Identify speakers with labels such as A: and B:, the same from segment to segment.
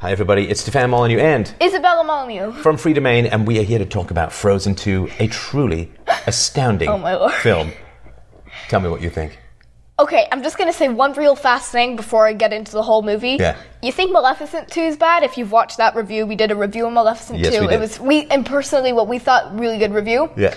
A: Hi, everybody. It's Stefan Molyneux and
B: Isabella Molyneux.
A: from Free Domain, and we are here to talk about Frozen 2, a truly astounding
B: Oh, my lord.
A: film. Tell me what you think.
B: Okay, I'm just gonna say one real fast thing before I get into the whole movie.
A: Yeah.
B: You think Maleficent 2 is bad? If you've watched that review, we did a review on Maleficent
A: Yes,
B: 2.
A: we did.
B: It was we and personally what we thought really good review.
A: Yeah.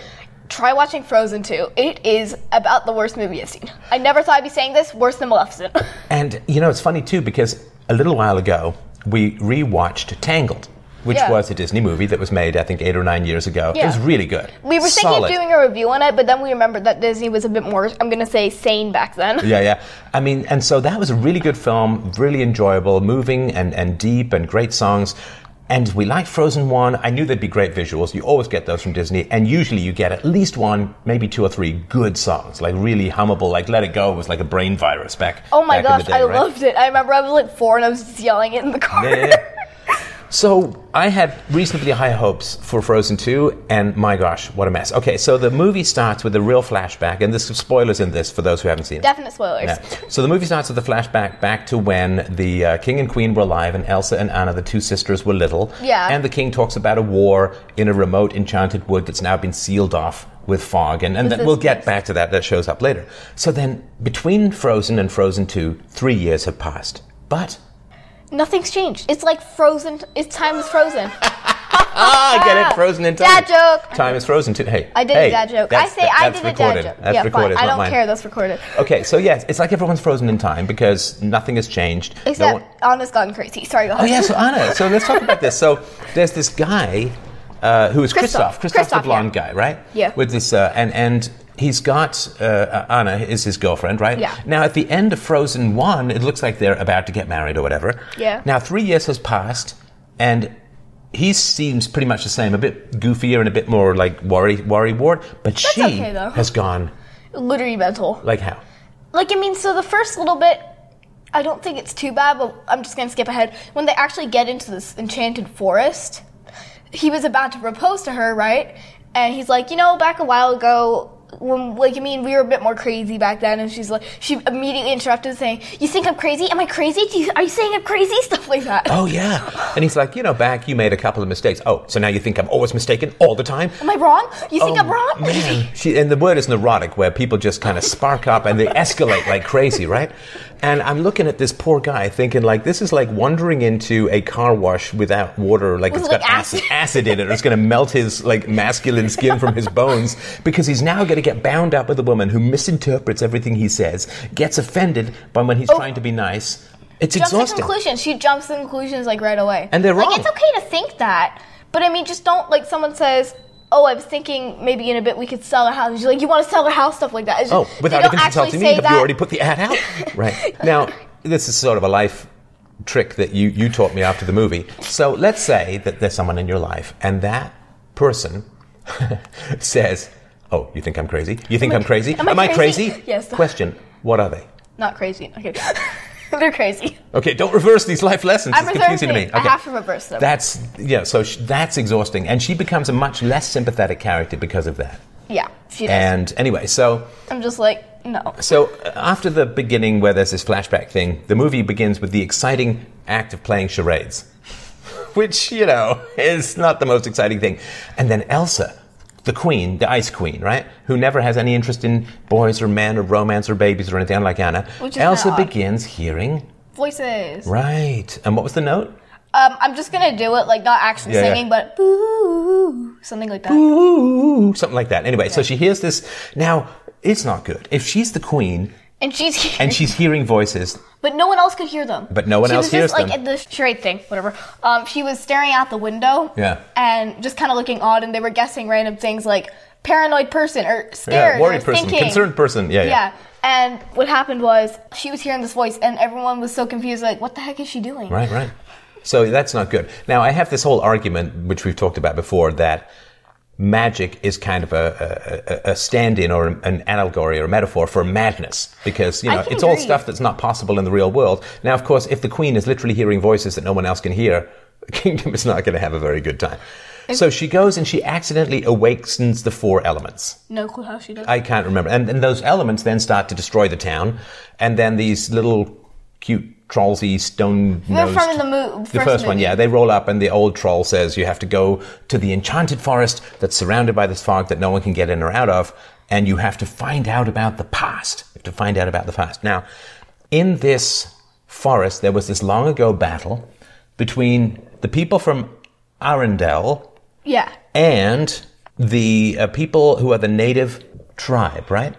B: Try watching Frozen 2. It is about the worst movie I've seen. I never thought I'd be saying this, worse than Maleficent.
A: And, you know, it's funny, too, because a little while ago, we rewatched Tangled, which
B: Yeah.
A: was a Disney movie that was made, I think, eight or nine years ago. It
B: Yeah.
A: was really good.
B: we were thinking
A: Solid.
B: of doing a review on it, but then we remembered that Disney was a bit more I'm gonna say sane back then.
A: Yeah, yeah. I mean, and so that was a really good film, really enjoyable, moving and, and deep, and great songs. And we liked Frozen 1. I knew there'd be great visuals. You always get those from Disney. And usually you get at least one, maybe two or three good songs, like really hummable. Like Let It Go was like a brain virus back.
B: Oh my
A: back in the
B: gosh,
A: day,
B: I
A: right?
B: loved it. I remember I was like four and I was just yelling it in the car.
A: Yeah, yeah, yeah. So I had reasonably high hopes for Frozen 2, and my gosh, what a mess. Okay, so the movie starts with a real flashback, and there's some spoilers in this for those who haven't seen it.
B: Definite spoilers.
A: Yeah. So the movie starts with a flashback back to when the uh, king and queen were alive, and Elsa and Anna, the two sisters, were little.
B: Yeah.
A: And the king talks about a war in a remote enchanted wood that's now been sealed off with fog, and, and
B: With
A: then we'll
B: those
A: get
B: things.
A: back to that. That shows up later. So then, between Frozen and Frozen Two, three years have passed, but.
B: Nothing's changed. It's like frozen. It's time is frozen.
A: Ah, I get it. Frozen in time.
B: Dad joke.
A: Time is frozen too. Hey,
B: I did
A: hey,
B: a dad joke. I
A: that's-
B: say
A: that-
B: I
A: that's
B: did
A: recorded.
B: a dad joke.
A: That's
B: yeah,
A: recorded.
B: fine. I
A: not
B: don't
A: mine.
B: care. That's recorded.
A: Okay, so yes, it's like everyone's frozen in time because nothing has changed. No
B: Except
A: one-
B: Anna's gone crazy. Sorry, go
A: Oh
B: ahead.
A: yeah, so Anna. So let's talk about this. So there's this guy uh, who is Christoph, Christoph
B: Christoph.
A: the
B: Christoph,
A: blonde
B: yeah.
A: guy, right?
B: Yeah.
A: With this, uh, and and he's got uh, uh, Anna is his girlfriend, right?
B: Yeah.
A: Now at the end of Frozen One, it looks like they're about to get married or whatever.
B: Yeah.
A: Now three years has passed, and he seems pretty much the same, a bit goofier and a bit more like worry worry ward, but she
B: okay, though.
A: has gone
B: Literally mental.
A: like how?
B: Like I mean, so the first little bit, I don't think it's too bad. But I'm just gonna skip ahead. When they actually get into this enchanted forest, he was about to propose to her, right? And he's like, you know, back a while ago. When, like, I mean, we were a bit more crazy back then, and she's like, she immediately interrupted, saying, "You think I'm crazy? Am I crazy? Do you, are you saying I'm crazy?" Stuff like that.
A: Oh yeah. And he's like, you know, back you made a couple of mistakes. Oh, so now you think I'm always mistaken all the time?
B: Am I wrong? You think I'm wrong?
A: Oh, Man, she, and the word is neurotic, where people just kind of spark up and they escalate like crazy, right? And I'm looking at this poor guy thinking, like, this is like wandering into a car wash without water, like
B: With,
A: it's
B: like,
A: got acid,
B: acid.
A: acid in it, or it's going to melt his like masculine skin from his bones because he's now going to get bound up with a woman who misinterprets everything he says, gets offended by when he's trying to be nice. It's
B: jumps to
A: exhausting.
B: conclusions. She jumps to conclusions like right away.
A: And they're wrong.
B: Like it's okay to think that, but I mean, just don't like someone says. Oh, I was thinking maybe in a bit we could sell our house. And she's like, you want to sell our house, stuff like that. It's
A: Oh,
B: just- they
A: without
B: don't
A: even consulting
B: actually
A: me,
B: say
A: have
B: that.
A: you already put the ad out? right. Now, this is sort of a life trick that you, you taught me after the movie. So let's say that there's someone in your life and that person says, Oh, you think I'm crazy? You think
B: I-
A: I'm crazy?
B: am I crazy? Yes.
A: Question What are they?
B: Not crazy. Okay, they're crazy.
A: Okay, don't reverse these life lessons.
B: I'm
A: it's confusing to me.
B: reversing. I
A: Okay.
B: have to reverse them.
A: That's, yeah, so sh- that's exhausting. And she becomes a much less sympathetic character because of that.
B: yeah, she does.
A: And anyway, so.
B: I'm just like, no.
A: So uh, after the beginning where there's this flashback thing, the movie begins with the exciting act of playing charades, which, you know, is not the most exciting thing. And then Elsa, the queen, the ice queen, right? Who never has any interest in boys or men or romance or babies or anything like Anna.
B: Which is
A: Elsa
B: kinda odd.
A: begins hearing,
B: Voices.
A: right. And what was the note?
B: Um, I'm just gonna do it like not actually
A: Yeah, yeah.
B: singing, but boo, something like that.
A: Ooh, something like that. Anyway, so she hears this. Now, it's not good. If she's the queen
B: And she's here.
A: and she's hearing voices,
B: But no one else could hear them.
A: But no one
B: she
A: else
B: was
A: hears
B: just, like,
A: them.
B: at the charade thing, whatever. Um, she was staring out the window.
A: Yeah.
B: And just kind of looking odd, and they were guessing random things like paranoid person or scared
A: yeah, worried
B: or
A: person,
B: thinking.
A: concerned person. yeah.
B: Yeah. And what happened was she was hearing this voice, and everyone was so confused, like, what the heck is she doing?
A: Right, right. So that's not good. Now, I have this whole argument, which we've talked about before, that magic is kind of a, a, a- a stand in or an allegory or a metaphor for madness because, you
B: I
A: know,
B: can
A: it's all
B: agree.
A: stuff that's not possible in the real world. Now, of course, if the queen is literally hearing voices that no one else can hear, the kingdom is not going to have a very good time. So she goes and she accidentally awakens the four elements.
B: No clue how she does.
A: I can't remember. And, and those elements then start to destroy the town, and then these little cute trollsy stone
B: They're from the mo-
A: the
B: first
A: first one
B: movie.
A: yeah they roll up and the old troll says you have to go to the enchanted forest that's surrounded by this fog that no one can get in or out of and you have to find out about the past you have to find out about the past now in this forest there was this long ago battle between the people from arendelle
B: Yeah.
A: and the uh, people who are the native tribe right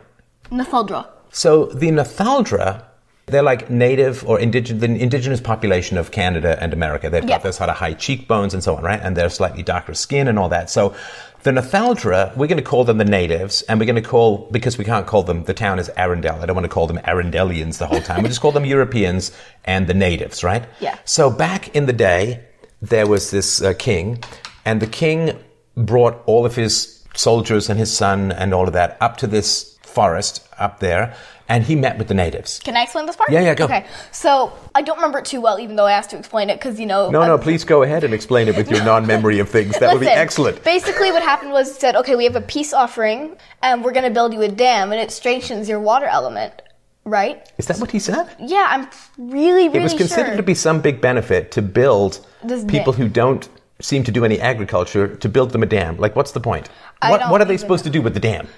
B: Nathuldra.
A: so the Nathaldra, they're like native or indigenous, the indigenous population of Canada and America. They've got
B: Yeah.
A: those sort of high cheekbones and so on, right? And they're slightly darker skin and all that. So the Nathaldra, we're going to call them the natives, and we're going to call because we can't call them. The town is Arendelle. I don't want to call them Arendellians the whole time. we just call them Europeans and the natives, right?
B: Yeah.
A: So back in the day, there was this uh, king, and the king brought all of his soldiers and his son and all of that up to this forest up there, and he met with the natives.
B: Can I explain this part?
A: Yeah, yeah, go.
B: Okay. So I don't remember it too well, even though I asked to explain it because you know.
A: No,
B: I'm-
A: no, please go ahead and explain it with your non-memory of things. That would be
B: Listen,
A: excellent.
B: Basically, what happened was he said, okay, we have a peace offering, and we're going to build you a dam, and it strengthens your water element, right?
A: Is that what he said?
B: Yeah, I'm really, really
A: it was considered
B: sure.
A: to be some big benefit to build
B: This
A: people
B: dam.
A: who don't seem to do any agriculture to build them a dam. Like, what's the point?
B: I
A: What,
B: don't
A: what are they
B: even
A: supposed to do with the dam?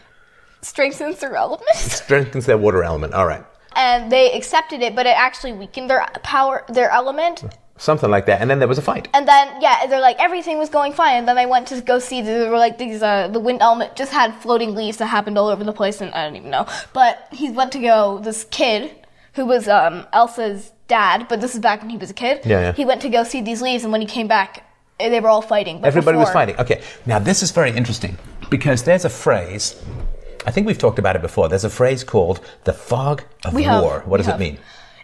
B: strengthens their element,
A: Strengthens their water element. All right.
B: and they accepted it, but it actually weakened their power, their element.
A: Something like that. And then there was a fight.
B: And then yeah, they're like everything was going fine. And then I went to go see the, there were like these uh, the wind element just had floating leaves that happened all over the place, and I don't even know. But he went to go this kid who was um, Elsa's dad, but this is back when he was a kid.
A: Yeah, yeah.
B: He went to go see these leaves, and when he came back, eh, they were all fighting. But
A: Everybody was
B: before-
A: fighting. Okay. Now, this is very interesting because there's a phrase, I think we've talked about it before. There's a phrase called the fog of
B: We have-
A: war. What
B: we
A: does it
B: have.
A: mean?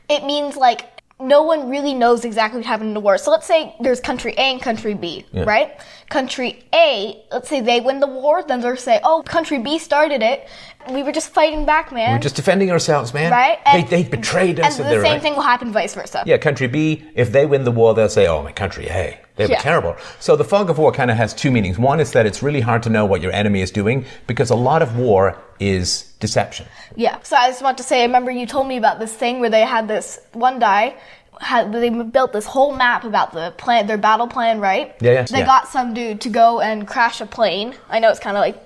B: It means like no one really knows exactly what happened in the war. So let's say there's country A and country B, right? Country A, let's say they win the war, then they'll say, "Oh, country B started it. We were just fighting back, man."
A: We're just defending ourselves, man.
B: right?
A: they, they betrayed us.
B: And
A: they're
B: the same
A: like-
B: thing will happen vice versa.
A: Yeah, country B, if they win the war, they'll say, oh, my country A. They were
B: Yeah.
A: terrible. So the fog of war kind of has two meanings. One is that it's really hard to know what your enemy is doing because a lot of war is deception.
B: Yeah. So I just want to say, I remember you told me about this thing where they had this one guy. Had, they built this whole map about the plan, their battle plan, right?
A: Yeah, yeah,
B: They
A: yeah.
B: got some dude to go and crash a plane. I know it's kind of like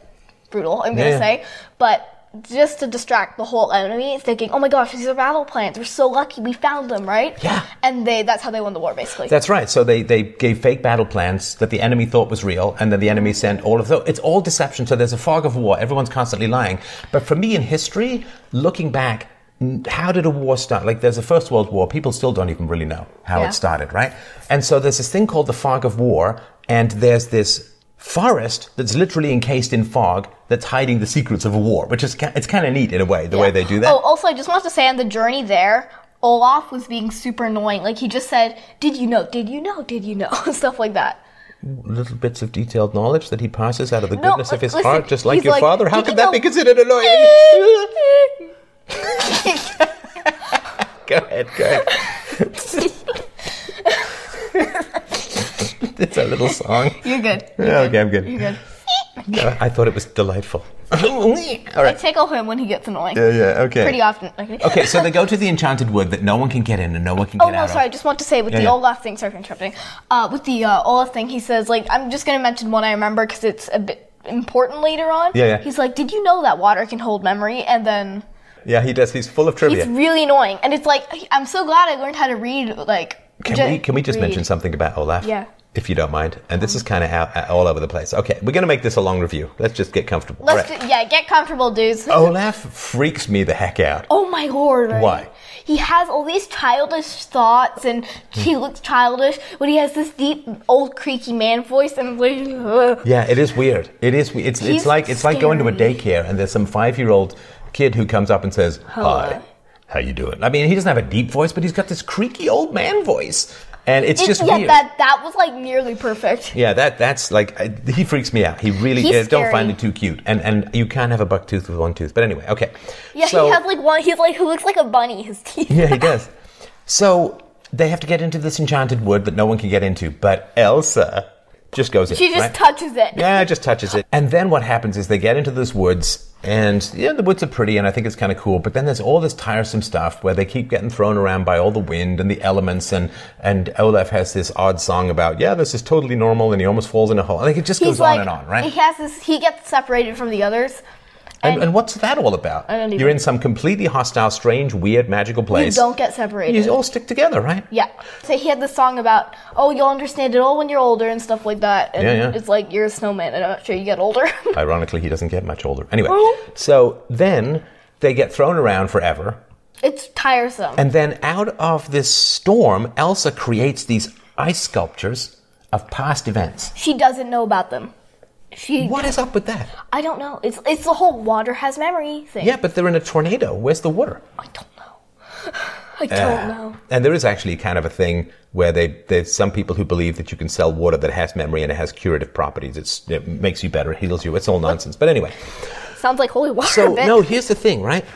B: brutal. I'm
A: Yeah,
B: gonna
A: yeah.
B: say, but just to distract the whole enemy, thinking, "Oh my gosh, these are battle plans. We're so lucky we found them, right?"
A: Yeah.
B: And they that's how they won the war, basically.
A: That's right. So they, they gave fake battle plans that the enemy thought was real, and then the enemy sent all of those. It's all deception. So there's a fog of war. Everyone's constantly lying. But for me in history, looking back, n- how did a war start? Like there's a First World War. People still don't even really know how
B: Yeah.
A: it started, right? And so there's this thing called the fog of war, and there's this forest that's literally encased in fog that's hiding the secrets of a war, which is ki- it's kind of neat in a way the way they do that.
B: Oh, also, I just want to say on the journey there, Olaf was being super annoying. Like, he just said, Did you know? Did you know? Did you know? and stuff like that.
A: Little bits of detailed knowledge that he passes out of the
B: No,
A: goodness of his
B: listen,
A: heart, just like
B: he's
A: your
B: like,
A: father. How
B: "Did
A: could
B: you
A: that be
B: know?"
A: considered annoying? go ahead, go ahead. it's a little song.
B: You're good.
A: Yeah, okay, I'm good.
B: You're good.
A: Uh, I thought it was delightful. All
B: I
A: right.
B: tickle him when he gets annoying.
A: Yeah, yeah, okay.
B: Pretty often.
A: Okay, so they go to the enchanted wood that no one can get in and no one can
B: Oh
A: get out
B: no,
A: of.
B: sorry. I just want to say with
A: Yeah,
B: the
A: yeah.
B: Olaf thing. Sorry for interrupting. Uh, with the uh, Olaf thing, he says like I'm just gonna mention one I remember because it's a bit important later on.
A: Yeah, yeah.
B: He's like, did you know that water can hold memory? And then
A: Yeah, he does. He's full of trivia.
B: it's really annoying. And it's like I'm so glad I learned how to read. Like
A: Can
B: ju-
A: we can we just
B: read.
A: mention something about Olaf?
B: Yeah.
A: If you don't mind, and this is kind of out, uh, all over the place. Okay, we're going to make this a long review. Let's just get comfortable.
B: Let's
A: Right.
B: do, yeah, get comfortable, dudes.
A: Olaf freaks me the heck out.
B: Oh my lord! right?
A: Why?
B: He has all these childish thoughts, and
A: Hmm.
B: he looks childish when he has this deep, old, creaky man voice, and yeah.
A: Yeah, it is weird. It is. we- It's it's
B: He's
A: like it's like going to a
B: scary.
A: daycare and there's some five year old kid who comes up and says hi. How you doing? I mean, he doesn't have a deep voice, but he's got this creaky old man voice, and it's just
B: yeah,
A: weird.
B: that that was like nearly perfect.
A: yeah, that that's like I, he freaks me out. He really
B: He's
A: uh, don't
B: scary.
A: find it too cute, and and you can't have a buck tooth with one tooth. But anyway, okay.
B: Yeah,
A: So-
B: he has like one. He's like who looks like a bunny. His teeth.
A: Yeah, he does. So they have to get into this enchanted wood that no one can get into, but Elsa Just goes in.
B: She just
A: right?
B: touches it.
A: Yeah, it just touches it. And then what happens is they get into this woods, and yeah, the woods are pretty, and I think it's kind of cool. But then there's all this tiresome stuff where they keep getting thrown around by all the wind and the elements, and and Olaf has this odd song about yeah, this is totally normal, and he almost falls in a hole. Like it just goes on and on, right?
B: He has this. He gets separated from the others.
A: And, and what's that all about?
B: don't even-
A: You're in some completely hostile, strange, weird, magical
B: You
A: place.
B: don't get separated.
A: You all stick together, right?
B: Yeah. So he had this song about, oh, you'll understand it all when you're older and stuff like that. And
A: Yeah, yeah.
B: it's like, you're a snowman, and I'm not sure you get older.
A: Ironically, he doesn't get much older. Anyway,
B: Oh.
A: so then they get thrown around forever.
B: it's tiresome.
A: And then out of this storm, Elsa creates these ice sculptures of past events.
B: she doesn't know about them. She,
A: What is up with that?
B: I don't know. It's it's the whole water has memory thing.
A: Yeah, but they're in a tornado. Where's the water?
B: I don't know. I don't
A: Uh,
B: know.
A: And there is actually kind of a thing where they, there's some people who believe that you can sell water that has memory and it has curative properties. It's, it makes you better, it heals you. It's all nonsense. But anyway,
B: Sounds like holy water.
A: so
B: a bit.
A: no, here's the thing, right?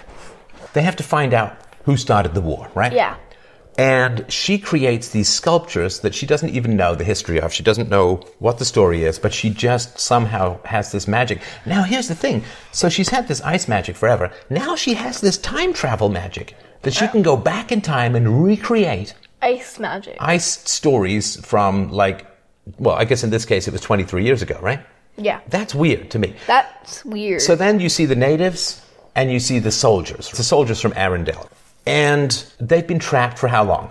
A: They have to find out who started the war, right?
B: Yeah.
A: And she creates these sculptures that she doesn't even know the history of. She doesn't know what the story is, but she just somehow has this magic. Now, here's the thing. So she's had this ice magic forever. Now she has this time travel magic that she can go back in time and recreate
B: Ice magic.
A: ice stories from, like, well, I guess in this case it was 23 years ago, right?
B: yeah.
A: That's weird to me.
B: That's weird.
A: So then you see the natives and you see the soldiers, the soldiers from Arendelle. And they've been trapped for how long?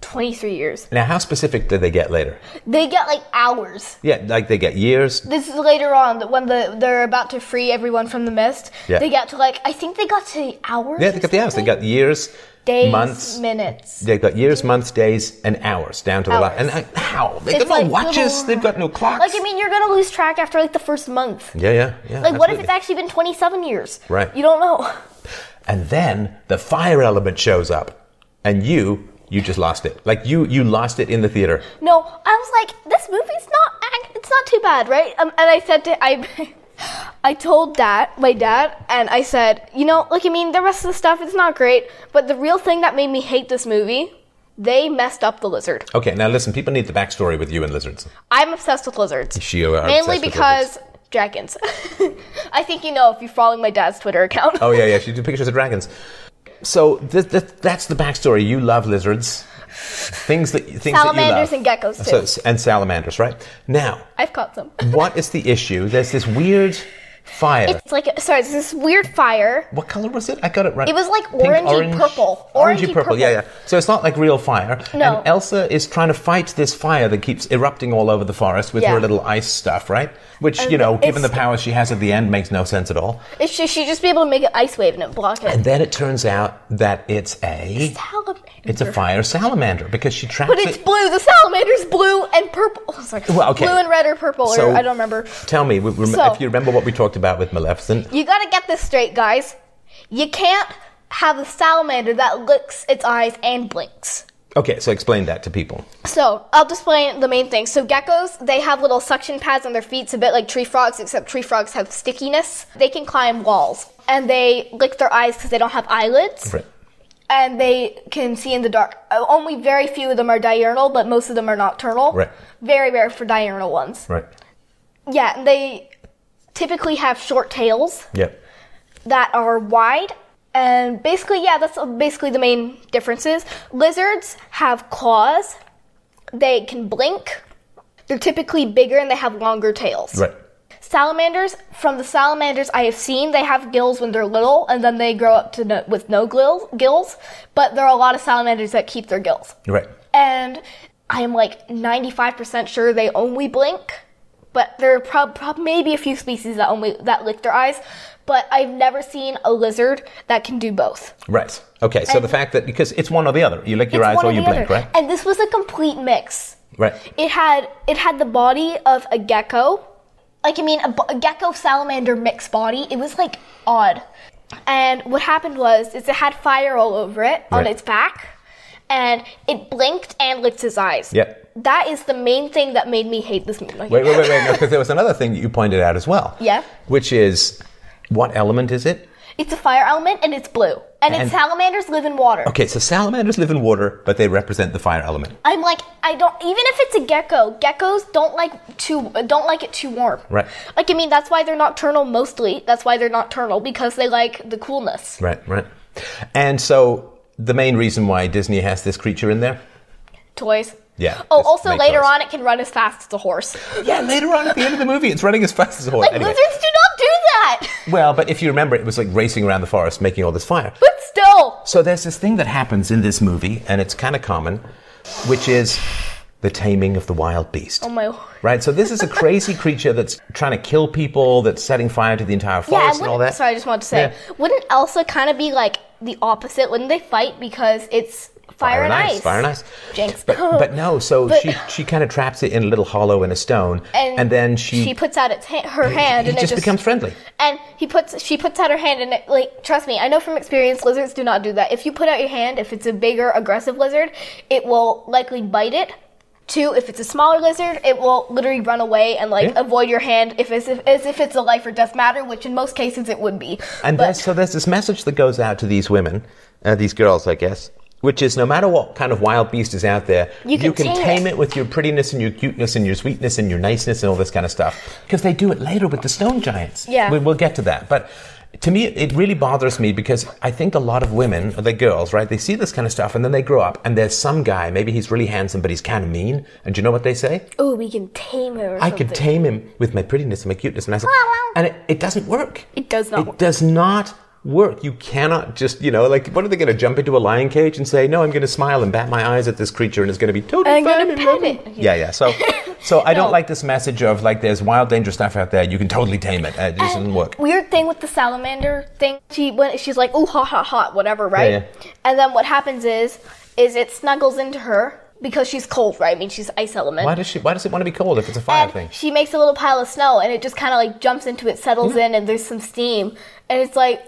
B: 23 years.
A: Now, how specific do they get later?
B: They get like hours.
A: Yeah, like they get years.
B: This is later on that when the they're about to free everyone from the mist.
A: Yeah.
B: They get to like I think they got to hours.
A: Yeah, they
B: or
A: got the hours. They
B: something.
A: got years,
B: days,
A: months.
B: minutes.
A: They've got years, months, days, and hours down to the last. And
B: Hours.
A: uh, how? They've
B: It's
A: got no
B: like
A: watches.
B: little-
A: They've got no clocks.
B: Like I mean, you're gonna lose track after like the first month.
A: yeah, yeah, yeah.
B: Like what if
A: absolutely.
B: it's actually been 27 years?
A: Right.
B: You don't know.
A: And then the fire element shows up, and you, you just lost it. Like you, you lost it in the theater.
B: No, I was like, this movie's not act- it's not too bad, right? Um, and I said to I. I told dad, my dad, and I said, you know, like, I mean, the rest of the stuff, it's not great, but the real thing that made me hate this movie, they messed up the lizard.
A: Okay, now listen. People need the backstory with you and lizards.
B: I'm obsessed with lizards.
A: She are
B: Mainly
A: obsessed with lizards.
B: because dragons. I think you know if you're following my dad's Twitter account.
A: Oh yeah, yeah. She did pictures of dragons. So th- th- that's the backstory. You love lizards, things that things
B: Salamanders
A: that you
B: and geckos,
A: love.
B: too.
A: So, and salamanders, right? Now,
B: I've caught some.
A: what is the issue? There's this weird fire.
B: It's like, a, sorry, it's this weird fire.
A: what color was it? I got it right.
B: It was like
A: Pink,
B: orangey
A: orange,
B: purple.
A: Orangey,
B: Orangey
A: purple.
B: purple.
A: Yeah, yeah. So it's not like real fire.
B: No.
A: And Elsa is trying to fight this fire that keeps erupting all over the forest with
B: Yeah. Um,
A: her little ice stuff, right? Which you know,
B: it's-
A: given the power she has at the end, makes no sense at all.
B: It should, she'd just be able to make an ice wave and it block it.
A: And then it turns out that it's a
B: Salamander.
A: It's a fire salamander because she traps
B: But it's
A: it.
B: blue. The salamander's blue and purple. Oh, sorry.
A: Well, okay.
B: Blue and red or purple, or
A: So-
B: I don't remember.
A: Tell me, we- rem-
B: So-
A: if you remember what we talked about with Maleficent.
B: You gotta get this straight, guys. You can't have a salamander that licks its eyes and blinks.
A: Okay, so explain that to people.
B: So, I'll explain the main thing. So, geckos, they have little suction pads on their feet, it's a bit like tree frogs, except tree frogs have stickiness. They can climb walls, and they lick their eyes because they don't have eyelids,
A: Right.
B: and they can see in the dark. Uh, Only very few of them are diurnal, but most of them are nocturnal.
A: Right.
B: Very rare for diurnal ones.
A: Right.
B: Yeah, and they typically have short tails
A: Yep.
B: that are wide. And basically, yeah, that's basically the main differences. Lizards have claws. They can blink. They're typically bigger and they have longer tails.
A: Right.
B: Salamanders, from the salamanders I have seen, they have gills when they're little and then they grow up to no, with no gills, gills, but there are a lot of salamanders that keep their gills.
A: Right.
B: And I am like 95% sure they only blink, but there are prob- prob- maybe a few species that only that lick their eyes, but I've never seen a lizard that can do both.
A: Right. Okay, so the fact that because it's one or the other. You lick your
B: It's
A: eyes
B: one
A: or you
B: the
A: blink,
B: other.
A: right?
B: And this was a complete mix.
A: Right.
B: It had it had the body of a gecko, like I mean a, bo- a gecko salamander mixed body. It was like odd. And what happened was is it had fire all over it on
A: Right.
B: its back, and it blinked and licked his eyes.
A: Yep.
B: That is the main thing that made me hate this movie.
A: Wait, wait, wait, wait. Because there was another thing that you pointed out as well.
B: Yeah.
A: Which is, what element is it?
B: It's a fire element and it's blue. And, it's
A: And-
B: salamanders live in water.
A: Okay, so salamanders live in water, but they represent the fire element.
B: I'm like, I don't. Even if it's a gecko, geckos don't like too don't like it too warm.
A: Right.
B: Like I mean, that's why they're nocturnal mostly. That's why they're nocturnal because they like the coolness.
A: Right, right. And so the main reason why Disney has this creature in there?
B: Toys.
A: Yeah,
B: Oh,
A: it's
B: also
A: made
B: later
A: toys.
B: on, it can run as fast as a horse.
A: Yeah, later on at the end of the movie, it's running as fast as a horse.
B: Like
A: Anyway.
B: lizards do not do that.
A: Well, but if you remember, it was like racing around the forest, making all this fire.
B: But still,
A: So there's this thing that happens in this movie, and it's kind of common, which is the taming of the wild beast.
B: oh my.
A: Right, so this is a crazy creature that's trying to kill people, that's setting fire to the entire
B: Yeah,
A: forest and all
B: wouldn't-
A: that.
B: sorry, I just wanted to say,
A: Yeah.
B: wouldn't Elsa kind of be like the opposite? Wouldn't they fight because it's fire, and ice?
A: Fire and ice.
B: Jinx.
A: But, but no, so
B: But-
A: she, she kind of traps it in a little hollow in a stone,
B: And
A: then she,
B: She puts out its ha- her hand,
A: it
B: and it
A: just
B: just
A: becomes friendly.
B: And he puts she puts out her hand and it, like trust me, I know from experience lizards do not do that. If you put out your hand, if it's a bigger aggressive lizard, it will likely bite it. Two, if it's a smaller lizard, it will literally run away and like
A: Yeah.
B: avoid your hand if as if as if it's a life or death matter, which in most cases it would be.
A: And
B: But-
A: there's, so there's this message that goes out to these women, uh, these girls, I guess, which is no matter what kind of wild beast is out there,
B: You can tame
A: tame
B: it.
A: it. with your prettiness and your cuteness and your sweetness and your niceness and all this kind of stuff. Because they do it later with the stone giants.
B: Yeah.
A: We, we'll get to that. But to me, it really bothers me because I think a lot of women, or the girls, right, they see this kind of stuff and then they grow up and there's some guy, maybe he's really handsome, but he's kind of mean. And do you know what they say?
B: oh, we can tame him. Or
A: I
B: something.
A: could tame him with my prettiness and my cuteness. And, I said,
B: Wow, wow.
A: and it, it doesn't work.
B: It does not
A: It
B: work.
A: does not work. You cannot just, you know, like, what are they going to jump into a lion cage and say, no, I'm going to smile and bat my eyes at this creature and it's going to be totally
B: I'm
A: fine.
B: gonna
A: and
B: pet
A: lovely."
B: it.
A: Yeah, yeah. So, so I
B: No.
A: don't like this message of like, there's wild, dangerous stuff out there. You can totally tame it. Uh, It just doesn't work.
B: Weird thing with the salamander thing. She went. She's like, oh, hot, hot, hot, whatever, right?
A: Yeah,
B: And then what happens is, is it snuggles into her because she's cold, right? I mean, she's ice element.
A: Why does she? Why does it want to be cold if it's a fire
B: and
A: thing?
B: she makes a little pile of snow, and it just kind of like jumps into it, settles in, and there's some steam, and it's like,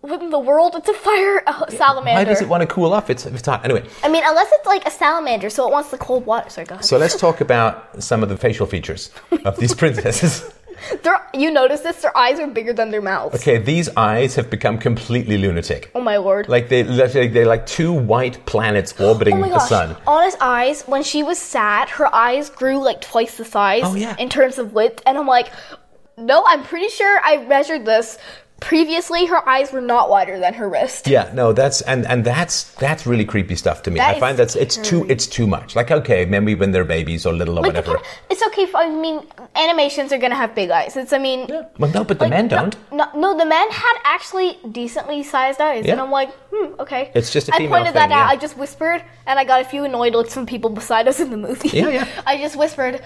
B: what in the world? It's a fire uh, salamander.
A: Why does it want to cool off? It's if it's hot anyway.
B: I mean, unless it's like a salamander, so it wants the cold water. Sorry, go ahead.
A: So let's talk about some of the facial features of these princesses.
B: Their- you notice this? Their eyes are bigger than their mouths.
A: Okay, these eyes have become completely lunatic.
B: Oh my lord.
A: Like they, like they're like two white planets orbiting
B: Oh my
A: the
B: gosh.
A: sun.
B: Anna's eyes, when she was sad, her eyes grew like twice the size
A: Oh, yeah.
B: in terms of width. And I'm like, no, I'm pretty sure I measured this. Previously, her eyes were not wider than her wrist.
A: Yeah, no, that's and and that's that's really creepy stuff to me.
B: That
A: I
B: is
A: find that's it's too
B: scary.
A: it's too much. Like okay, maybe when they're babies or little or
B: Like,
A: whatever.
B: it's okay. For, I mean, animations are gonna have big eyes. It's, I mean,
A: Well, no, but the
B: like,
A: men
B: no-
A: don't.
B: No, no, the men had actually decently sized eyes,
A: Yeah.
B: and I'm like, hmm, okay.
A: It's just a
B: I
A: female
B: pointed that
A: thing,
B: out.
A: yeah.
B: I just whispered, and I got a few annoyed looks from people beside us in the movie.
A: Yeah, yeah.
B: I just whispered,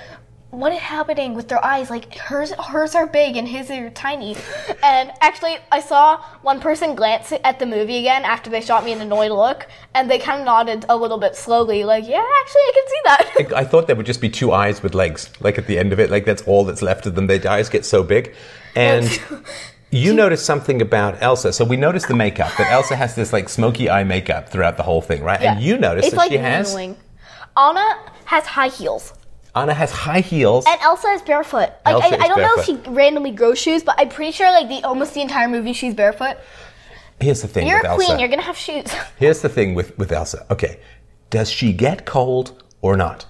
B: "What is happening with their eyes? Like hers, hers are big, and his are tiny." And actually, I saw one person glance at the movie again after they shot me an annoyed look, and they kind of nodded a little bit slowly, like, "Yeah, actually, I can see that."
A: I thought there would just be two eyes with legs. Like at the end of it, like that's all that's left of them. Their eyes get so big, and. You noticed something about Elsa. So we noticed the makeup, that Elsa has this like smoky eye makeup throughout the whole thing, right? And
B: Yeah.
A: you noticed
B: it's
A: that
B: like
A: she has
B: annoying. Anna has high heels.
A: Anna has high heels.
B: And Elsa is barefoot. Like,
A: Elsa
B: I,
A: is
B: I don't know if
A: barefoot.
B: she randomly grows shoes, but I'm pretty sure like the almost the entire movie she's barefoot.
A: Here's the thing
B: You're
A: with
B: a
A: Elsa.
B: queen. You're gonna have shoes.
A: Here's the thing with, with Elsa. Okay, does she get cold or not?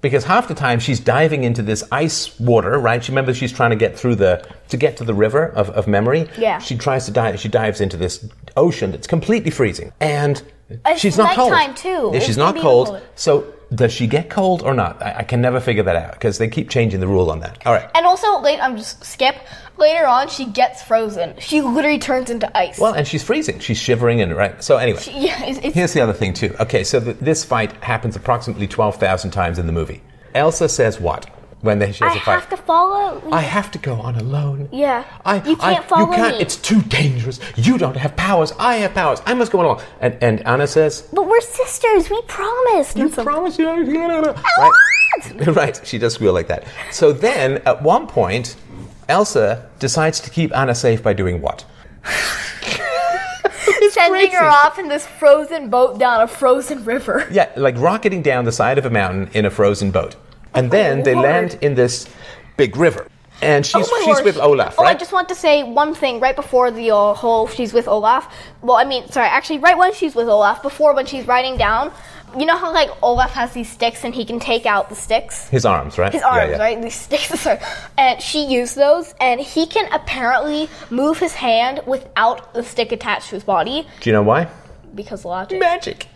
A: Because half the time she's diving into this ice water, right? She remember she's trying to get through the to get to the river of, of memory.
B: Yeah.
A: She tries to dive. She dives into this ocean that's completely freezing, and
B: It's
A: she's not cold.
B: nighttime, too.
A: Yeah,
B: It's
A: she's not
B: gonna be
A: cold.
B: cold.
A: So does she get cold or not? I, I can never figure that out because they keep changing the rule on that. All right.
B: and also, late I'm just skip. Later on, she gets frozen. She literally turns into ice.
A: well, and she's freezing. She's shivering, and right. So anyway,
B: yeah, it's, it's
A: Here's the other thing, too. Okay, so th- this fight happens approximately 12,000 times in the movie. Elsa says what when they, she
B: I
A: has a fight?
B: have to follow.
A: I have to go on alone.
B: Yeah.
A: I,
B: You
A: I-
B: can't follow
A: you can't,
B: me.
A: It's too dangerous. You don't have powers. I have powers. I must go on alone. And, and Anna says,
B: but we're sisters. We promised.
A: You
B: And so-
A: promise you don't. Right?
B: Ah!
A: right, she does squeal like that. So then, at one point, Elsa decides to keep Anna safe by doing what?
B: sending
A: crazy.
B: her off in this frozen boat down a frozen river.
A: Yeah, like rocketing down the side of a mountain in a frozen boat. And then they
B: Lord.
A: land in this big river. and she's
B: oh my
A: she's
B: lord.
A: with Olaf,
B: Oh, I
A: right?
B: just want to say one thing right before the uh, whole she's with Olaf. Well, I mean, sorry, actually, right when she's with Olaf, before when she's riding down, you know how like Olaf has these sticks and he can take out the sticks.
A: His arms, right?
B: His
A: Yeah,
B: arms,
A: yeah.
B: right? These sticks. Sorry. And she used those, and he can apparently move his hand without the stick attached to his body
A: Do you know why?
B: because logic.
A: Magic.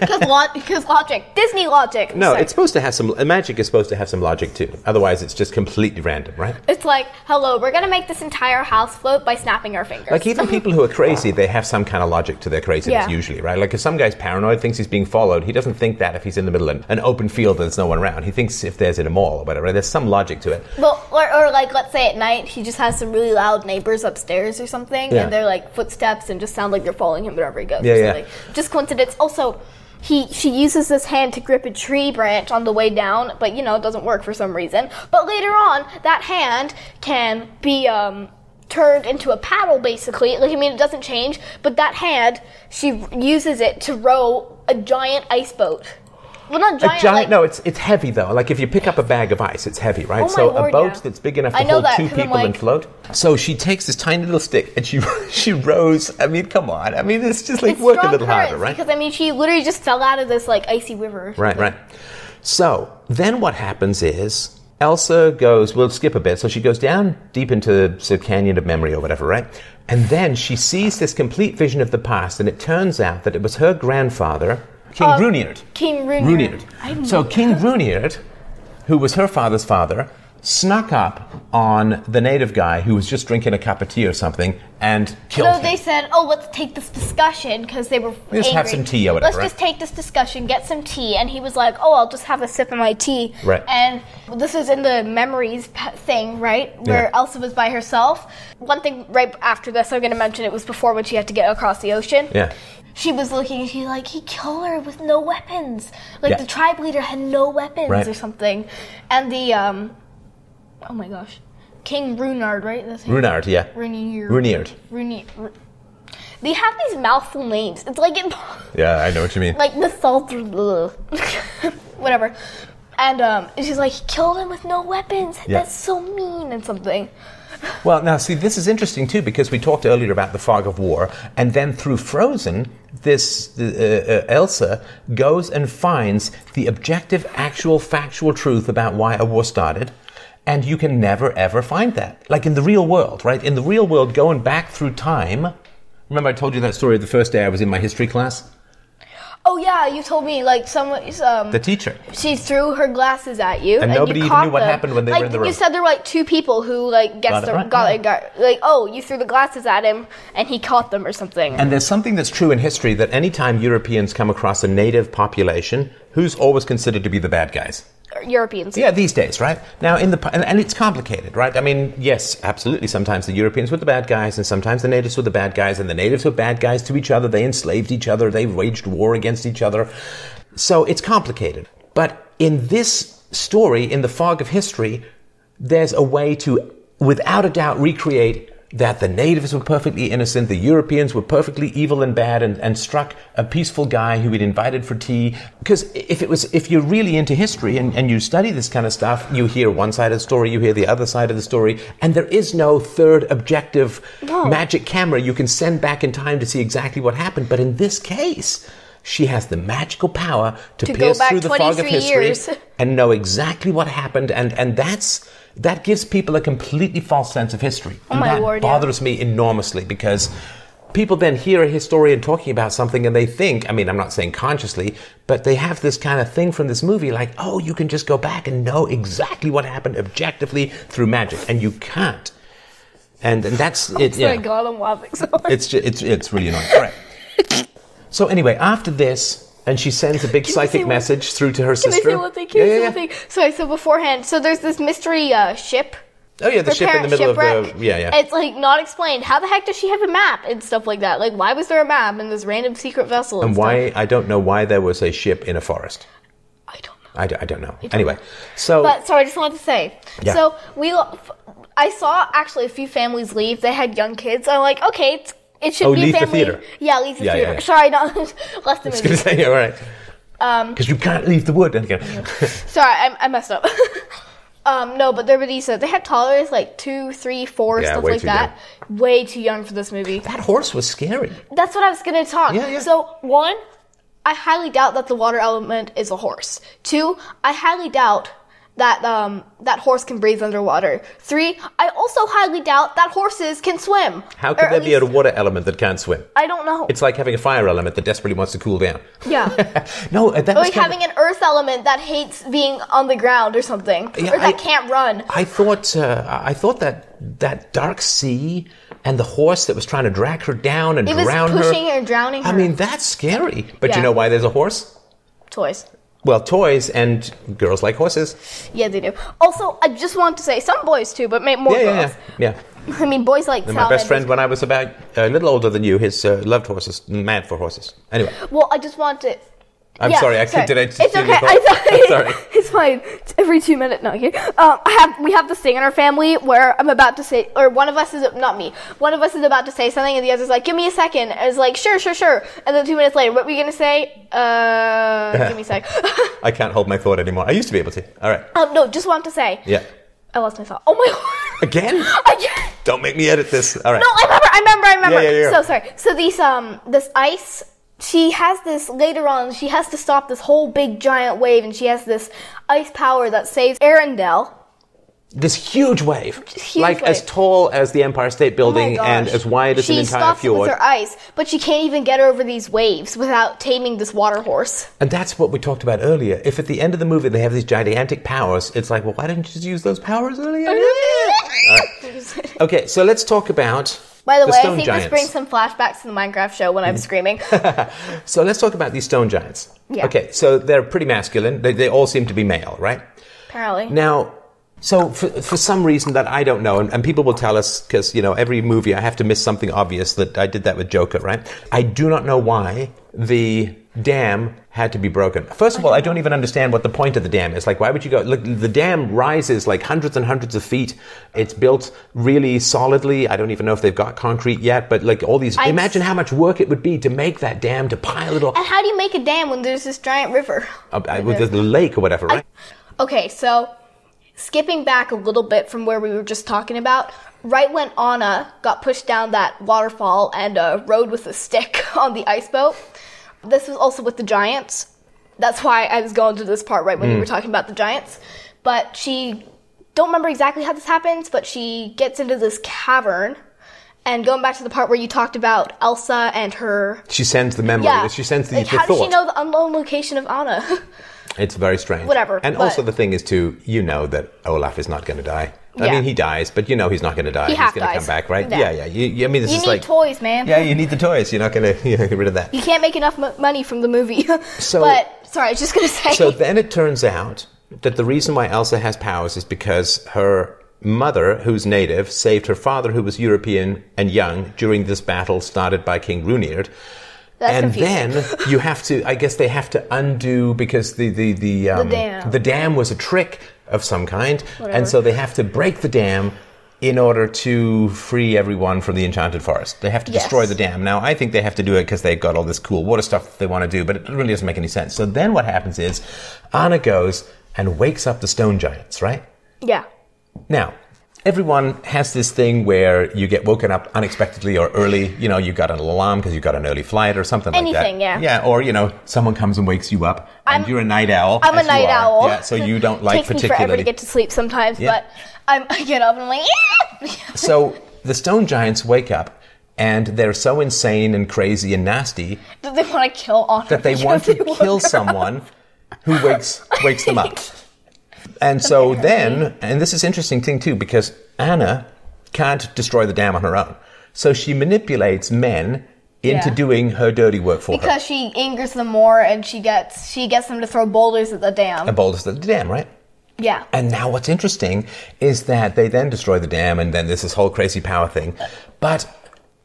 B: Because lo- because logic. Disney logic.
A: No,
B: Sorry.
A: it's supposed to have some. Magic is supposed to have some logic too. Otherwise, it's just completely random, right?
B: It's like, hello, we're gonna make this entire house float by snapping our fingers.
A: Like even people who are crazy, they have some kind of logic to their craziness
B: Yeah.
A: usually, right? Like if some guy's paranoid, thinks he's being followed, he doesn't think that if he's in the middle of an open field and there's no one around. He thinks if there's in a mall or whatever, there's some logic to it.
B: Well, or, or like, let's say at night, he just has some really loud neighbors upstairs or something,
A: Yeah.
B: and they're like footsteps and just sound like they're following him wherever he goes.
A: Yeah,
B: or
A: yeah.
B: something. Just coincidence. Also, he she uses this hand to grip a tree branch on the way down, but you know it doesn't work for some reason. But later on, that hand can be um, turned into a paddle, basically. Like I mean, it doesn't change, but that hand she uses it to row a giant ice boat. Well, not giant.
A: a giant?
B: like-
A: no, it's it's heavy though. Like if you pick up a bag of ice, it's heavy, right?
B: Oh my
A: so a
B: Lord,
A: boat
B: yeah.
A: that's big enough
B: I
A: to
B: know
A: hold
B: that,
A: two
B: 'cause I'm
A: people and
B: like-
A: float. So she takes this tiny little stick and she she rows. I mean, come on. I mean, it's just like
B: It's
A: work a
B: strong
A: little harder,
B: currents,
A: right?
B: Because I mean, she literally just fell out of this like icy river. or
A: Right,
B: something.
A: right. So then what happens is Elsa goes, we'll skip a bit. So she goes down deep into the canyon of memory or whatever, right? And then she sees this complete vision of the past, and it turns out that it was her grandfather, King
B: Uh,
A: Runird.
B: King
A: Runird.
B: Runird. I didn't
A: So
B: know
A: King Runird, who was her father's father, snuck up on the native guy who was just drinking a cup of tea or something and killed
B: So
A: him.
B: they said, "Oh, let's take this discussion because they were
A: Let's have
B: angry.
A: some tea or whatever,
B: Let's just take this discussion, get some tea." And he was like, "Oh, I'll just have a sip of my tea."
A: Right.
B: And this is in the memories pe- thing, right, where
A: Yeah.
B: Elsa was by herself. One thing right after this, I'm going to mention it was before when she had to get across the ocean.
A: Yeah.
B: She was looking, and she's like, he killed her with no weapons. Like
A: Yeah.
B: the tribe leader had no weapons
A: Right.
B: or something, and the um, oh my gosh, King Runard, right? That's his-
A: Runard, yeah.
B: Runier.
A: Runird.
B: Rooney. Ro- They have these mouthful names. It's like it,
A: Yeah, I know what you mean.
B: like the salt, ugh. whatever. And um, it's just like he killed him with no weapons.
A: Yeah.
B: That's so mean and something.
A: Well, now, see, this is interesting too because we talked earlier about the fog of war, and then through Frozen, this uh, uh, Elsa goes and finds the objective, actual, factual truth about why a war started. And you can never ever find that. Like in the real world, right? In the real world, going back through time. Remember, I told you that story the first day I was in my history class?
B: Oh yeah, you told me like someone um,
A: The teacher.
B: she threw her glasses at you,
A: And
B: you
A: nobody even
B: caught
A: knew what
B: them.
A: happened when they were
B: like,
A: in the
B: you
A: room.
B: said there were like two people who like guessed
A: it
B: the,
A: right,
B: got
A: yeah.
B: it, got like oh you threw the glasses at him and he caught them or something.
A: And there's something that's true in history that anytime Europeans come across a native population, who's always considered to be the bad guys?
B: Europeans.
A: Yeah, these days, right? Now, in the pa- and, and it's complicated, right? I mean, yes, absolutely. Sometimes the Europeans were the bad guys, and sometimes the natives were the bad guys, and the natives were bad guys to each other. They enslaved each other. They waged war against each other. So it's complicated. But in this story, in the fog of history, there's a way to, without a doubt, recreate that the natives were perfectly innocent, the Europeans were perfectly evil and bad, and, and struck a peaceful guy who we'd invited for tea. Because if it was, if you're really into history and, and you study this kind of stuff, you hear one side of the story, you hear the other side of the story, and there is no third objective
B: No.
A: magic camera you can send back in time to see exactly what happened. But in this case, she has the magical power to,
B: To go
A: pierce
B: back
A: through the fog of
B: 23
A: history
B: years.
A: and know exactly what happened and and that's that gives people a completely false sense of history and
B: Oh my
A: that
B: word, yeah.
A: bothers me enormously because people then hear a historian talking about something and they think i mean i'm not saying consciously but they have this kind of thing from this movie like oh you can just go back and know exactly what happened objectively through magic and you can't and, and that's it
B: Oh my
A: yeah.
B: god, I'm laughing so hard.
A: It's just, it's it's really annoying. All right. So anyway, after this, and she sends a big
B: I say
A: psychic
B: one-
A: message through to her
B: Can I
A: sister.
B: say one thing? Can
A: yeah,
B: I say
A: yeah,
B: one thing? Sorry, so beforehand, so there's this mystery uh, ship.
A: yeah. Oh yeah, the
B: Her
A: ship in the
B: parent
A: middle
B: shipwreck.
A: of the yeah, yeah.
B: It's like not explained. How the heck does she have a map and stuff like that? Like, why was there a map in this random secret vessel? And,
A: and why I don't know why there was a ship in a forest.
B: stuff? I don't know.
A: I, d- I don't know. Anyway, so
B: But so I just wanted to say.
A: Yeah.
B: So we, lo- f- I saw actually a few families leave. They had young kids. I'm like, okay, it's, it should
A: Oh,
B: be
A: leave the
B: a family.
A: theater.
B: Yeah, leave the
A: Yeah, yeah,
B: theater.
A: yeah.
B: Sorry, not left the
A: I was going
B: movie.
A: to say yeah,
B: Um,
A: all right. Because you can't leave the wood. And again,
B: Sorry, I, I messed up. Um, no, but they're Medusa. They had toddlers like two, three, four,
A: Yeah,
B: stuff
A: way
B: like
A: too
B: that. Way too young for this movie.
A: That horse was scary.
B: That's what I was gonna talk.
A: Yeah, yeah.
B: So one, I highly doubt that the water element is a horse. Two, I highly doubt that um that horse can breathe underwater. Three, I also highly doubt that horses can swim.
A: How could
B: Or
A: there
B: at
A: be a
B: least-
A: water element that can't swim?
B: I don't know.
A: It's like having a fire element that desperately wants to cool down.
B: yeah.
A: no, uh, that
B: Or
A: was
B: like
A: kind of-
B: having an earth element that hates being on the ground or something,
A: Yeah,
B: or that
A: I-
B: can't run.
A: I thought uh, I thought that that dark sea and the horse that was trying to drag her down and
B: It was
A: drown
B: pushing
A: her.
B: and drowning her.
A: I mean, that's scary. But you
B: Yeah.
A: know why there's a horse?
B: toys.
A: Well, toys and girls like horses.
B: Yeah, they do. Also, I just want to say some boys too, but ma- more
A: Yeah, yeah,
B: girls.
A: yeah. yeah.
B: I mean, boys like
A: And my
B: salmon.
A: best friend, when I was about a little older than you, his uh, loved horses, mad for horses. Anyway,
B: Well, I just want to.
A: I'm
B: yeah,
A: sorry. I did I just
B: it's
A: do
B: okay.
A: the
B: I
A: call?
B: sorry.
A: sorry.
B: it's fine. It's every two minutes. No, okay. Um, I have we have this thing in our family where I'm about to say, or one of us is not me. One of us is about to say something, and the other's like, "Give me a second. And it's like, "Sure, sure, sure." And then two minutes later, what are we gonna say? Uh, give me a sec.
A: I can't hold my thought anymore. I used to be able to. All right.
B: um, no, just want to say.
A: Yeah.
B: I lost my thought. Oh my.
A: Again?
B: Again.
A: Don't make me edit this. All right.
B: No, I remember, I remember, I remember.
A: Yeah, yeah, yeah.
B: So sorry. So these um this ice she has this later on she has to stop this whole big giant wave and she has this ice power that saves Arendelle.
A: This huge wave,
B: Huge
A: like as
B: wave.
A: tall as the Empire State
B: Oh my
A: Building
B: gosh.
A: and as wide as
B: she
A: an entire
B: stops
A: fjord.
B: with her ice, but she can't even get over these waves without taming this water horse.
A: And that's what we talked about earlier. If at the end of the movie they have these gigantic powers, it's like, well, why didn't you just use those powers earlier? okay, so let's talk about.
B: By the, way,
A: stone
B: I think
A: giants. Mm-hmm.
B: this brings some flashbacks to the Minecraft show when I'm screaming.
A: So let's talk about these stone giants.
B: Yeah.
A: Okay, so they're pretty masculine. They, they all seem to be male, right?
B: Apparently.
A: Now, so for, for some reason that I don't know, and, and people will tell us because, you know, every movie I have to miss something obvious that I did that with Joker, right? I do not know why the dam had to be broken. First of all, I don't even understand what the point of the dam is. Like, why would you go? Look, the dam rises like hundreds and hundreds of feet. It's built really solidly. I don't even know if they've got concrete yet, but like all these,
B: I-
A: imagine how much work it would be to make that dam, to pile it all
B: And how do you make a dam when there's this giant river?
A: up uh, with the, the lake or whatever, right?
B: Okay, so skipping back a little bit from where we were just talking about, right when Anna got pushed down that waterfall and uh, rode with a stick on the ice boat, this was also with the giants. That's why I was going to this part right
A: Hmm.
B: when you were talking about the giants. But she, don't remember exactly how this happens, but she gets into this cavern. And going back to the part where you talked about Elsa and her.
A: She sends the memory.
B: Yeah.
A: She sends the,
B: like,
A: the
B: how does
A: thought.
B: she know the unknown location of Anna?
A: It's very strange.
B: Whatever,
A: And
B: but-
A: also the thing is too, you know that Olaf is not going to die. I
B: Yeah.
A: mean, he dies, but you know he's not going to die.
B: He
A: he's
B: half
A: going to come
B: dies.
A: back, right?
B: Yeah.
A: Yeah, yeah. You, you- I mean, this
B: you
A: is
B: need
A: like
B: toys, man.
A: yeah, you need the toys. You're not going to get rid of that.
B: You can't make enough m- money from the movie.
A: So-
B: but sorry, I was just gonna say.
A: So then it turns out that the reason why Elsa has powers is because her mother, who's native, saved her father, who was European and young, during this battle started by King Runird.
B: That's
A: and
B: confusing.
A: then you have to, I guess they have to undo because the the the, um,
B: dam.
A: the dam was a trick of some kind,
B: Whatever.
A: and so they have to break the dam. In order to free everyone from the Enchanted Forest, they have to
B: Yes.
A: destroy the dam. Now, I think they have to do it because they've got all this cool water stuff that they want to do, but it really doesn't make any sense. So then what happens is Anna goes and wakes up the stone giants, right?
B: yeah,
A: Now, everyone has this thing where you get woken up unexpectedly or early. You know, you got an alarm because you got an early flight or something like that.
B: Anything, yeah.
A: Yeah, or, you know, someone comes and wakes you up and
B: I'm-
A: you're a night owl.
B: I'm
A: as
B: a
A: you
B: night
A: are.
B: owl.
A: Yeah, so you don't like
B: takes me forever
A: particularly.
B: to get to sleep sometimes,
A: Yeah.
B: but I'm, I get up and I'm like, yeah.
A: so the stone giants wake up and they're so insane and crazy and nasty
B: that they want to kill Anna.
A: that they
B: because
A: want to
B: they want
A: kill
B: her.
A: someone who wakes wakes them up. And so then, and this is interesting thing too, because Anna can't destroy the dam on her own, so she manipulates men into
B: Yeah.
A: doing her dirty work for her.
B: because she angers them more, and she gets she gets them to throw boulders at the dam.
A: And boulders the dam, right?
B: yeah,
A: And now what's interesting is that they then destroy the dam, and then there's this whole crazy power thing, but.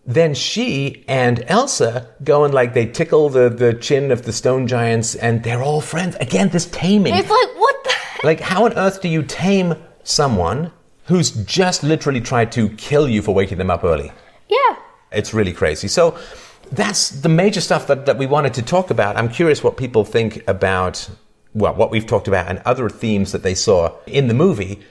A: Then she and Elsa go and like they tickle the, the chin of the stone giants and they're all friends. Again, this taming.
B: it's like what the. heck?
A: Like, how on earth do you tame someone who's just literally tried to kill you for waking them up early?
B: Yeah.
A: It's really crazy. So, that's the major stuff that, that we wanted to talk about. I'm curious what people think about well, what we've talked about and other themes that they saw in the movie,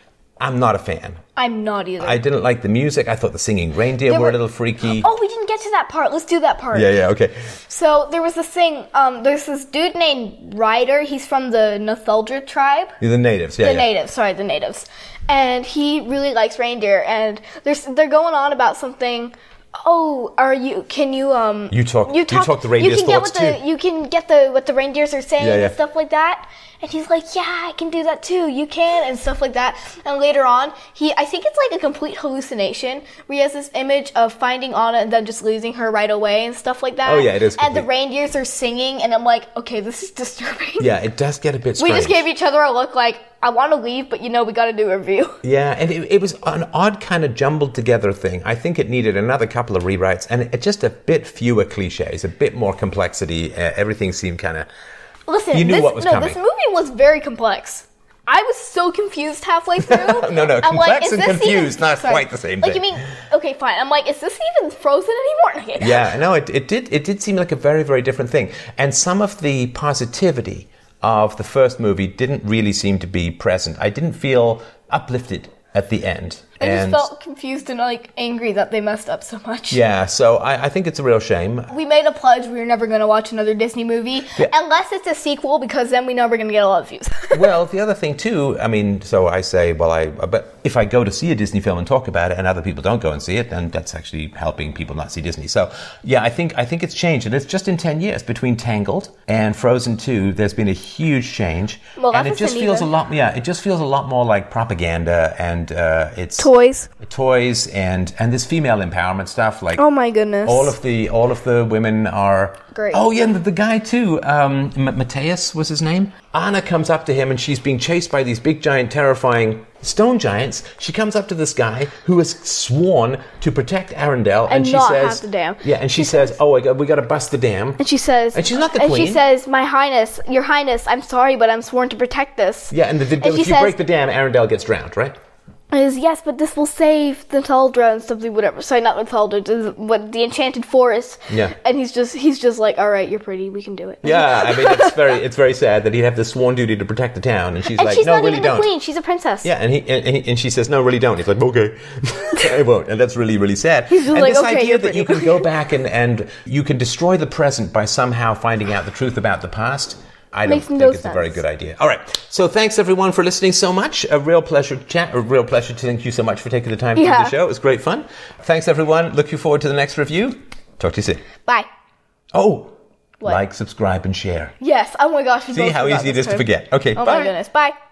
A: I'm not a fan.
B: I'm not either.
A: I didn't like the music. I thought the singing reindeer
B: There
A: were,
B: were-
A: a little freaky.
B: oh, we didn't get to that part. Let's do that part.
A: Yeah, yeah, okay.
B: So there was this thing. Um, there's this dude named Ryder. He's from the Nathuldra tribe.
A: The natives, yeah.
B: The
A: yeah.
B: natives, sorry, the natives, and he really likes reindeer. And there's they're going on about something. Oh, are you? Can you um?
A: You talk- you talk the reindeer's
B: you can
A: thoughts,
B: get what
A: too.
B: The, you can get the what the reindeers are saying
A: Yeah, yeah.
B: and stuff like that. And he's like, yeah, I can do that too. You can and stuff like that. And later on, he I think it's like a complete hallucination where he has this image of finding Anna and then just losing her right away and stuff like that.
A: Oh, yeah, it is
B: And the
A: complete.
B: reindeers are singing, and I'm like, okay, this is disturbing.
A: Yeah, it does get a bit
B: We
A: strange.
B: just gave each other a look like, I want to leave, but you know, we got to do a review.
A: Yeah, and it, it was an odd kind of jumbled together thing. I think it needed another couple of rewrites and it, just a bit fewer cliches, a bit more complexity. Uh, everything seemed kind of.
B: Listen,
A: You knew
B: this,
A: what was
B: no,
A: coming.
B: this movie was very complex. I was so confused halfway through.
A: No, no,
B: I'm
A: complex
B: is
A: and
B: this
A: confused,
B: even-
A: not quite the same
B: Like,
A: thing.
B: you mean, okay, fine. I'm like, is this even frozen anymore?
A: Yeah, no, it, it did. It did seem like a very, very different thing. And some of the positivity of the first movie didn't really seem to be present. I didn't feel uplifted at the end.
B: I just
A: and
B: felt confused and like angry that they messed up so much.
A: yeah, so I, I think it's a real shame.
B: We made a pledge we were never going to watch another Disney movie unless it's a sequel because then we know we're going to get a lot of views.
A: well, the other thing too, I mean, so I say, well, I, but if I go to see a Disney film and talk about it, and other people don't go and see it, then that's actually helping people not see Disney. So, yeah, I think I think it's changed, and it's just in ten years between Tangled and Frozen Two. There's been a huge change,
B: Well,
A: and
B: that
A: it just
B: doesn't
A: feels a
B: either.
A: lot. Yeah, it just feels a lot more like propaganda, and uh, it's
B: Toys.
A: toys, and and this female empowerment stuff, like
B: Oh my goodness.
A: all of the all of the women are
B: Great.
A: Oh yeah, and the, the guy too. Um, M- Mateus was his name. Anna comes up to him and she's being chased by these big, giant, terrifying stone giants. She comes up to this guy who has sworn to protect Arendelle, and,
B: And
A: she
B: not
A: says,
B: have the dam.
A: "Yeah," and she, says, "Oh, I got, we got to bust the dam."
B: And she says,
A: And she's not the
B: And
A: queen.
B: she says, "My highness, your highness, I'm sorry, but I'm sworn to protect this."
A: yeah, and, the, the,
B: and
A: if
B: she
A: you
B: says,
A: break the dam, Arendelle gets drowned, right?
B: is, "Yes, but this will save the Taldra and something, whatever. Sorry, not the Taldra, the- what the enchanted forest."
A: Yeah.
B: And he's just, he's just like, "All right, you're pretty. We can do it."
A: Yeah, I mean, it's very, it's very sad that he'd have this sworn duty to protect the town, and she's
B: And
A: like,
B: she's
A: "No,
B: not
A: really
B: even
A: don't."
B: the queen. She's a princess.
A: Yeah, and he and, and he and she says, "No, really don't." He's like, "Okay, I won't," and that's really really sad.
B: He's just
A: and
B: like,
A: this
B: "Okay,
A: idea
B: you're
A: that you
B: pretty."
A: can go back and and you can destroy the present by somehow finding out the truth about the past. I don't
B: Makes
A: think
B: no
A: it's a very
B: sense.
A: good idea. All right, so thanks everyone for listening so much. A real pleasure to chat. A real pleasure to thank you so much for taking the time to do
B: Yeah.
A: the show. It was great fun. Thanks everyone. Looking forward to the next review. Talk to you soon.
B: Bye.
A: Oh,
B: What?
A: like, subscribe, and share.
B: Yes. Oh my gosh. we
A: See
B: both
A: how
B: forgot
A: easy it
B: this
A: is to
B: time.
A: forget. Okay,
B: Oh
A: bye.
B: my goodness. Bye.